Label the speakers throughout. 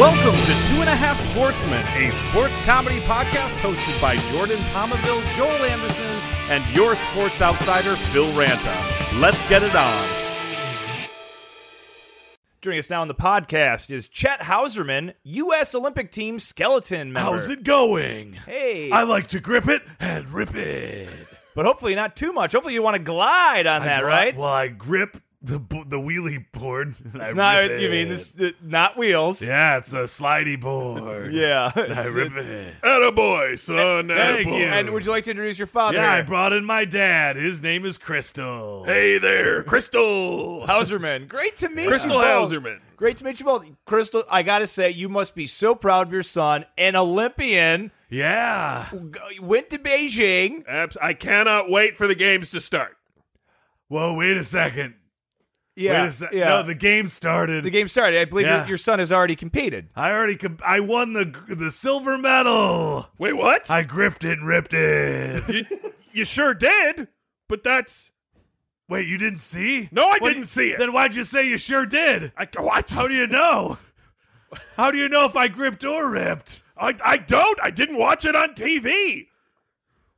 Speaker 1: Welcome to Two and a Half Sportsmen, a sports comedy podcast hosted by Jordan Palmaville, Joel Anderson, and your sports outsider, Phil Ranta. Let's get it on.
Speaker 2: Joining us now on the podcast is Chet Hauserman, U.S. Olympic team skeleton member.
Speaker 3: How's it going?
Speaker 2: Hey,
Speaker 3: I like to grip it and rip it.
Speaker 2: but hopefully not too much. Hopefully you want to glide on that,
Speaker 3: I,
Speaker 2: right?
Speaker 3: Well, I grip the bo- the wheelie board. And I
Speaker 2: it's not
Speaker 3: rip
Speaker 2: you mean
Speaker 3: it.
Speaker 2: this, uh, not wheels.
Speaker 3: Yeah, it's a slidey board.
Speaker 2: Yeah.
Speaker 3: And I
Speaker 2: It's-
Speaker 3: rip it. Attaboy, son.
Speaker 2: Thank you. And would you like to introduce your father?
Speaker 3: yeah, I
Speaker 2: here?
Speaker 3: brought in my dad. His name is Crystal. Hey there, Crystal.
Speaker 2: Hauserman. Great to meet
Speaker 3: Crystal
Speaker 2: you. both.
Speaker 3: Hauserman.
Speaker 2: Great to meet you both. Crystal, I got to say, you must be so proud of your son, an Olympian,
Speaker 3: Yeah.
Speaker 2: g- went to Beijing.
Speaker 3: Uh,
Speaker 4: Abs- I cannot wait for the games to start.
Speaker 3: Whoa, wait a second.
Speaker 2: Yeah.
Speaker 3: Wait a second.
Speaker 2: yeah.
Speaker 3: No, the game started.
Speaker 2: The game started. I believe
Speaker 3: Yeah.
Speaker 2: your, your son has already competed.
Speaker 3: I already comp- I won the the silver medal.
Speaker 4: Wait, what?
Speaker 3: I gripped it and ripped it.
Speaker 4: you, you sure did, but that's
Speaker 3: Wait, you didn't see?
Speaker 4: No, I
Speaker 3: What do
Speaker 4: didn't
Speaker 3: you-
Speaker 4: see it.
Speaker 3: Then why'd you say you sure did?
Speaker 4: I what?
Speaker 3: How do you know? How do you know if I gripped or ripped?
Speaker 4: I, I don't. I didn't watch it on TV.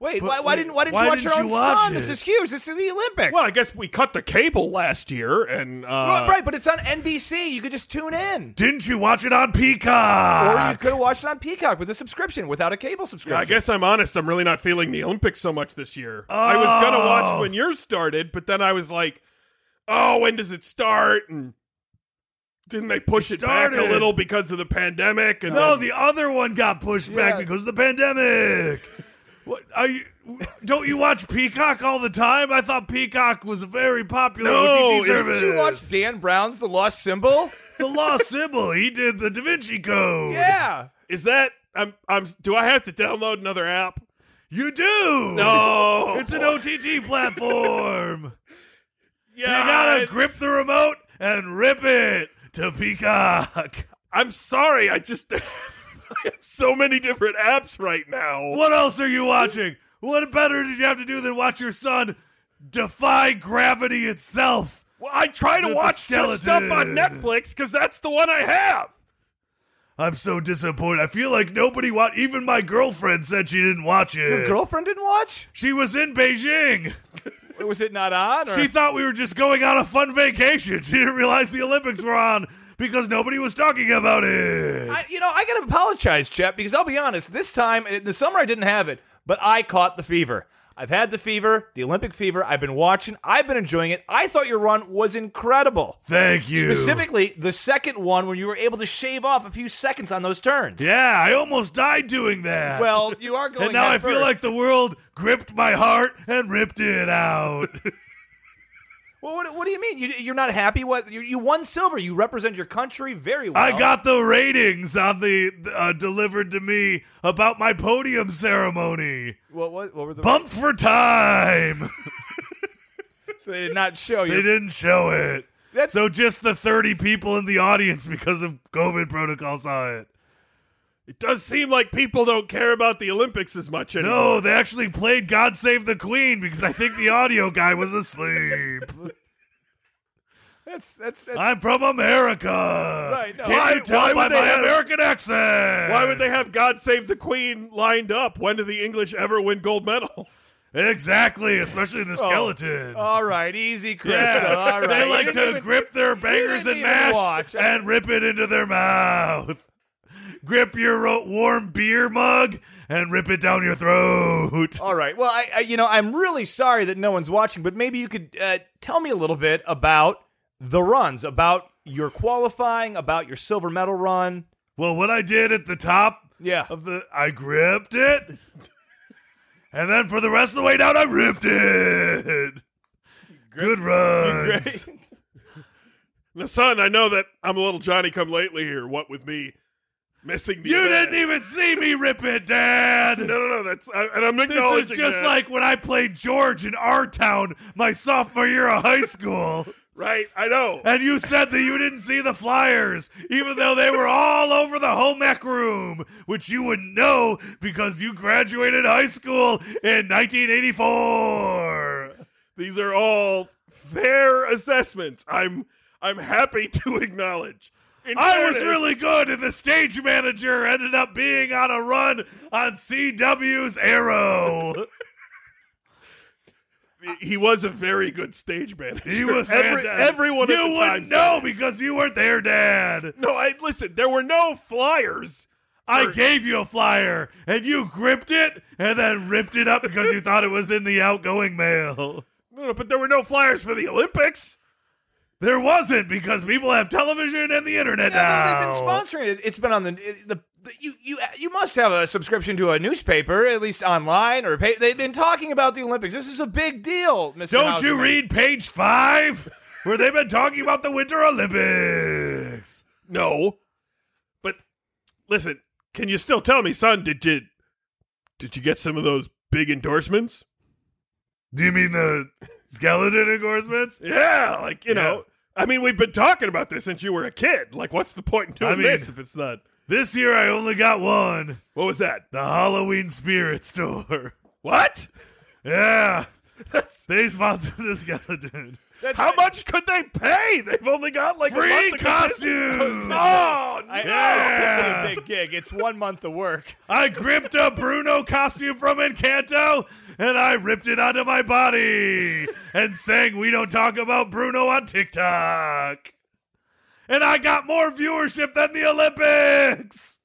Speaker 2: Wait,
Speaker 3: But
Speaker 2: why, why
Speaker 3: wait,
Speaker 2: didn't why didn't
Speaker 3: why
Speaker 2: you watch
Speaker 3: didn't
Speaker 2: your
Speaker 3: you
Speaker 2: own
Speaker 3: watch
Speaker 2: son?
Speaker 3: it?
Speaker 2: This is huge. This is the Olympics.
Speaker 4: Well, I guess we cut the cable last year, and uh,
Speaker 2: Right, right, but it's on NBC. You could just tune in,
Speaker 3: Didn't you watch it on
Speaker 2: or you
Speaker 3: Peacock?
Speaker 2: could have watched it on Peacock with a subscription, without a cable subscription.
Speaker 4: I guess I'm honest. I'm really not feeling the Olympics so much this year. I was gonna
Speaker 3: Oh.
Speaker 4: watch when yours started, but then I was like, "Oh, when does it start?" And didn't they push
Speaker 3: It
Speaker 4: it, back a
Speaker 3: started.
Speaker 4: little because of the pandemic? And
Speaker 3: no,
Speaker 4: then-
Speaker 3: the other one got pushed
Speaker 2: Yeah.
Speaker 3: back because of the pandemic. What are you? Don't you watch Peacock all the time? I thought Peacock was a very popular
Speaker 4: No,
Speaker 3: OTT
Speaker 4: it's-
Speaker 3: service.
Speaker 2: Did you watch Dan Brown's The Lost Symbol?
Speaker 3: the Lost Symbol? He did the Da Vinci Code.
Speaker 2: yeah.
Speaker 4: is that I'm I'm do I have to download another app?
Speaker 3: you do.
Speaker 4: No,
Speaker 3: it's an OTT platform.
Speaker 4: Yeah,
Speaker 3: you gotta
Speaker 4: it's-
Speaker 3: grip the remote and rip it to Peacock.
Speaker 4: I'm sorry, I just I have so many different apps right now.
Speaker 3: What else are you watching? What better did you have to do than watch your son defy gravity itself?
Speaker 4: Well, I try
Speaker 3: The-
Speaker 4: to
Speaker 3: the
Speaker 4: watch just stuff on
Speaker 3: skeleton.
Speaker 4: Netflix because that's the one I have.
Speaker 3: I'm so disappointed. I feel like nobody watched. Even my girlfriend said she didn't watch it.
Speaker 2: Your girlfriend didn't watch?
Speaker 3: she was in Beijing.
Speaker 2: Was it not on? Or?
Speaker 3: She thought we were just going on a fun vacation. She didn't realize the Olympics were on because nobody was talking about it.
Speaker 2: I, you know, I gotta apologize, Chet, because I'll be honest. This time in the summer, I didn't have it, but I caught the fever. I've had the fever, the Olympic fever. I've been watching. I've been enjoying it. I thought your run was incredible.
Speaker 3: Thank you.
Speaker 2: Specifically, the second one when you were able to shave off a few seconds on those turns.
Speaker 3: Yeah, I almost died doing that.
Speaker 2: Well, you are going.
Speaker 3: and now I
Speaker 2: head
Speaker 3: feel
Speaker 2: first.
Speaker 3: like the world gripped my heart and ripped it out.
Speaker 2: Well, what, what do you mean? You, you're not happy? What you, you won silver? You represent your country very well.
Speaker 3: I got the ratings on the uh, delivered to me about my podium ceremony.
Speaker 2: What, what, what were the?
Speaker 3: Bump for time.
Speaker 2: So they did not show
Speaker 3: they
Speaker 2: you.
Speaker 3: didn't show it.
Speaker 2: That's-
Speaker 3: so just the 30 people in the audience because of COVID protocol saw it.
Speaker 4: It does seem like people don't care about the Olympics as much anymore.
Speaker 3: No, they actually played God Save the Queen because I think the audio guy was asleep.
Speaker 2: That's that's. that's
Speaker 3: I'm from America.
Speaker 2: Right, no.
Speaker 3: Can't
Speaker 4: Why-
Speaker 3: you tell
Speaker 4: why would
Speaker 3: by
Speaker 4: they
Speaker 3: my
Speaker 4: have-
Speaker 3: American accent?
Speaker 4: Why would they have "God Save the Queen" lined up? When do the English ever win gold medals?
Speaker 3: Exactly,
Speaker 2: Oh.
Speaker 3: especially the skeleton.
Speaker 2: all right, easy, Krista.
Speaker 3: Yeah.
Speaker 2: Oh, All right.
Speaker 3: They
Speaker 2: You
Speaker 3: like
Speaker 2: didn't
Speaker 3: to
Speaker 2: even-
Speaker 3: grip their bangers
Speaker 2: didn't
Speaker 3: and
Speaker 2: even
Speaker 3: mash
Speaker 2: watch.
Speaker 3: and rip it into their mouth. Grip your ro- warm beer mug and rip it down your throat.
Speaker 2: All right. Well, I, I you know I'm really sorry that no one's watching, but maybe you could uh, tell me a little bit about the runs, about your qualifying, about your silver medal run.
Speaker 3: Well, what I did at the top
Speaker 2: Yeah.
Speaker 3: of the, I gripped it, and then for the rest of the way down, I ripped it. Good runs.
Speaker 4: Now, son, I know that I'm a little Johnny come lately here. What with me missing the
Speaker 3: You
Speaker 4: event.
Speaker 3: didn't even see me rip it, Dad.
Speaker 4: No, no, no. That's I, and I'm
Speaker 3: This
Speaker 4: acknowledging
Speaker 3: is just
Speaker 4: that.
Speaker 3: like when I played George in our town my sophomore year of high school.
Speaker 4: right. I know.
Speaker 3: And you said that you didn't see the flyers, even though they were all over the home ec room, which you would know because you graduated high school in 1984.
Speaker 4: These are all fair assessments. I'm I'm happy to acknowledge. In
Speaker 3: I was
Speaker 4: fairness-
Speaker 3: really good, and the stage manager ended up being on a run on CW's Arrow.
Speaker 4: He was a very good stage manager.
Speaker 3: He was
Speaker 4: Every,
Speaker 3: fantastic.
Speaker 4: everyone. at
Speaker 3: You
Speaker 4: the time
Speaker 3: wouldn't
Speaker 4: said
Speaker 3: know
Speaker 4: it.
Speaker 3: because you weren't there, Dad.
Speaker 4: No, I listen. There were no flyers.
Speaker 3: I
Speaker 4: Or-
Speaker 3: gave you a flyer, and you gripped it, and then ripped it up because you thought it was in the outgoing mail.
Speaker 4: No, no, but there were no flyers for the Olympics.
Speaker 3: There wasn't because people have television and the internet now.
Speaker 2: Yeah, no, they've been sponsoring it. It's been on the the. the- You, you you must have a subscription to a newspaper, at least online or pay. They've been talking about the Olympics. This is a big deal, Mr.
Speaker 3: Don't you
Speaker 2: Houseman.
Speaker 3: read page five where they've been talking about the Winter Olympics?
Speaker 4: No, but listen. Can you still tell me, son? Did you did you get some of those big endorsements?
Speaker 3: Do you mean the skeleton endorsements?
Speaker 4: Yeah, like you
Speaker 3: Yeah.
Speaker 4: know. I mean, we've been talking about this since you were a kid. Like, what's the point in doing
Speaker 3: I mean-
Speaker 4: this if it's not?
Speaker 3: This year I only got one.
Speaker 4: What was that?
Speaker 3: The Halloween Spirit Store.
Speaker 4: What?
Speaker 3: Yeah. they sponsored the skeleton.
Speaker 4: How much could they pay? They've only got like a
Speaker 3: Free
Speaker 4: month to go-
Speaker 3: costumes!
Speaker 4: Oh no!
Speaker 2: I know
Speaker 3: Yeah.
Speaker 2: it's a big gig. It's one month of work.
Speaker 3: I gripped a Bruno costume from Encanto and I ripped it onto my body and sang We Don't Talk About Bruno on TikTok. And I got more viewership than the Olympics.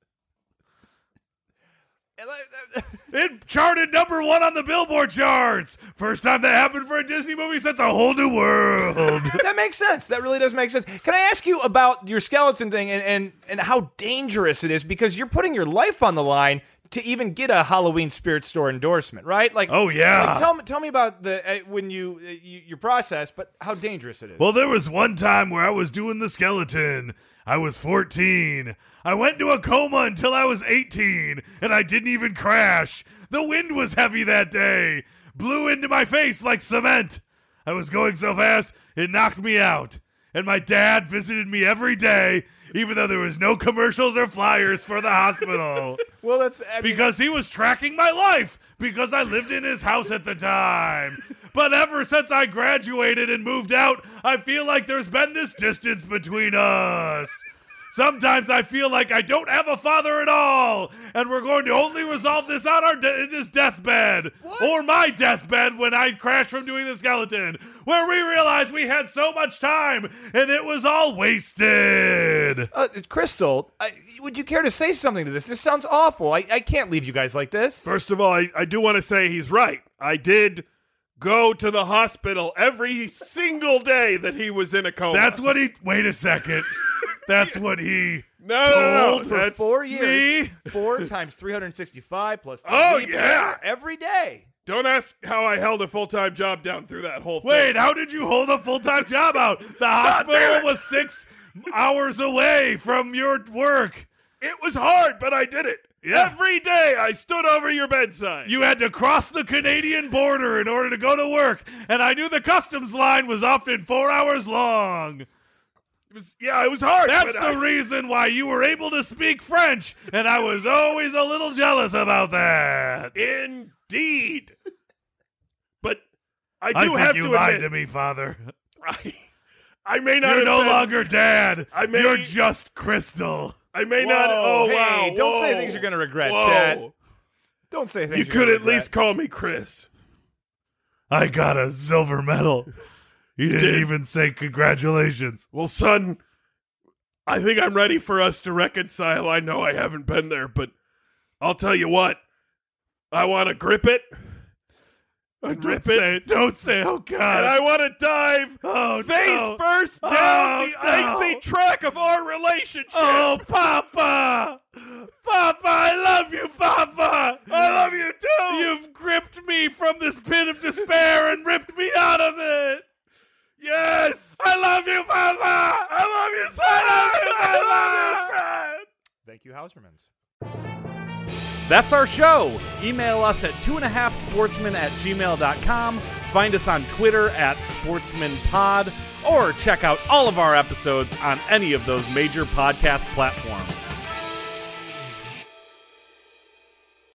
Speaker 3: It charted number one on the Billboard charts. First time that happened for a Disney movie since A Whole New World.
Speaker 2: that makes sense. That really does make sense. Can I ask you about your skeleton thing and, and, and how dangerous it is because you're putting your life on the line to even get a Halloween Spirit Store endorsement, right? Like,
Speaker 3: Oh, yeah.
Speaker 2: Like, tell me, tell me about the uh, when you, uh, you your process, but how dangerous it is.
Speaker 3: Well, there was one time where I was doing the skeleton. I was 14. I went into a coma until I was 18, and I didn't even crash. The wind was heavy that day, blew into my face like cement. I was going so fast, it knocked me out. And my dad visited me every day, even though there was no commercials or flyers for the hospital.
Speaker 2: Well, that's I mean,
Speaker 3: because he was tracking my life because I lived in his house at the time. But ever since I graduated and moved out, I feel like there's been this distance between us. Sometimes I feel like I don't have a father at all, and we're going to only resolve this on our de- his deathbed or my deathbed when I crash from doing the skeleton, where we realized we had so much time and it was all wasted.
Speaker 2: uh, Crystal, I, would you care to say something to this? This sounds awful. I, I can't leave you guys like this.
Speaker 4: First of all, I, I do want to say he's right. I did go to the hospital every single day that he was in a coma.
Speaker 3: That's what he. Wait a second. That's what he.
Speaker 4: no, no, no,
Speaker 3: told
Speaker 4: no,
Speaker 3: for
Speaker 4: that's
Speaker 2: Four years,
Speaker 4: me.
Speaker 2: four times three hundred and sixty-five plus.
Speaker 4: Oh,
Speaker 2: 3
Speaker 4: yeah.
Speaker 2: every day.
Speaker 4: Don't ask how I held a full time job down through that whole thing.
Speaker 3: Wait, how did you hold a full time job out? The hospital
Speaker 4: it.
Speaker 3: was six hours away from your work.
Speaker 4: it was hard, but I did it.
Speaker 3: Yeah.
Speaker 4: Every day I stood over your bedside.
Speaker 3: You had to cross the Canadian border in order to go to work, and I knew the customs line was often four hours long.
Speaker 4: it was, yeah, it was hard.
Speaker 3: That's
Speaker 4: but
Speaker 3: the
Speaker 4: I-
Speaker 3: reason why you were able to speak French, and I was always a little jealous about that.
Speaker 4: indeed. But I do
Speaker 3: I think
Speaker 4: have
Speaker 3: you
Speaker 4: to
Speaker 3: lied
Speaker 4: admit,
Speaker 3: to me, Father.
Speaker 4: I, I may not
Speaker 3: You're
Speaker 4: have
Speaker 3: no
Speaker 4: been-
Speaker 3: longer Dad.
Speaker 4: I may-
Speaker 3: You're just Crystal.
Speaker 4: I may not.
Speaker 2: Whoa,
Speaker 4: Oh
Speaker 2: hey,
Speaker 4: wow!
Speaker 2: don't say
Speaker 4: whoa,
Speaker 2: things you're gonna regret,
Speaker 4: whoa.
Speaker 2: Chad. Don't say things
Speaker 4: You
Speaker 2: you're
Speaker 4: could
Speaker 2: gonna
Speaker 4: at least call me Chris.
Speaker 3: I got a silver medal. You didn't
Speaker 4: did.
Speaker 3: even say congratulations.
Speaker 4: Well, son, I think I'm ready for us to reconcile. I know I haven't been there, but I'll tell you what. I want to grip it, and
Speaker 3: Don't
Speaker 4: rip it,
Speaker 3: say it. Don't say, oh God.
Speaker 4: and I want to dive
Speaker 3: oh,
Speaker 4: face
Speaker 3: no.
Speaker 4: first down
Speaker 3: Oh,
Speaker 4: the icy
Speaker 3: no.
Speaker 4: track of our relationship.
Speaker 3: Oh, Papa. Papa, I love you, Papa. I love you too. You've gripped me from this pit of despair and ripped me out of it.
Speaker 4: yes,
Speaker 3: I love you, Papa. I love you, son. I love you, Papa.
Speaker 2: Thank you, Hausermans.
Speaker 1: That's our show. Email us at two and a half sportsmen at gmail.com. Find us on Twitter at sportsmanpod or check out all of our episodes on any of those major podcast platforms.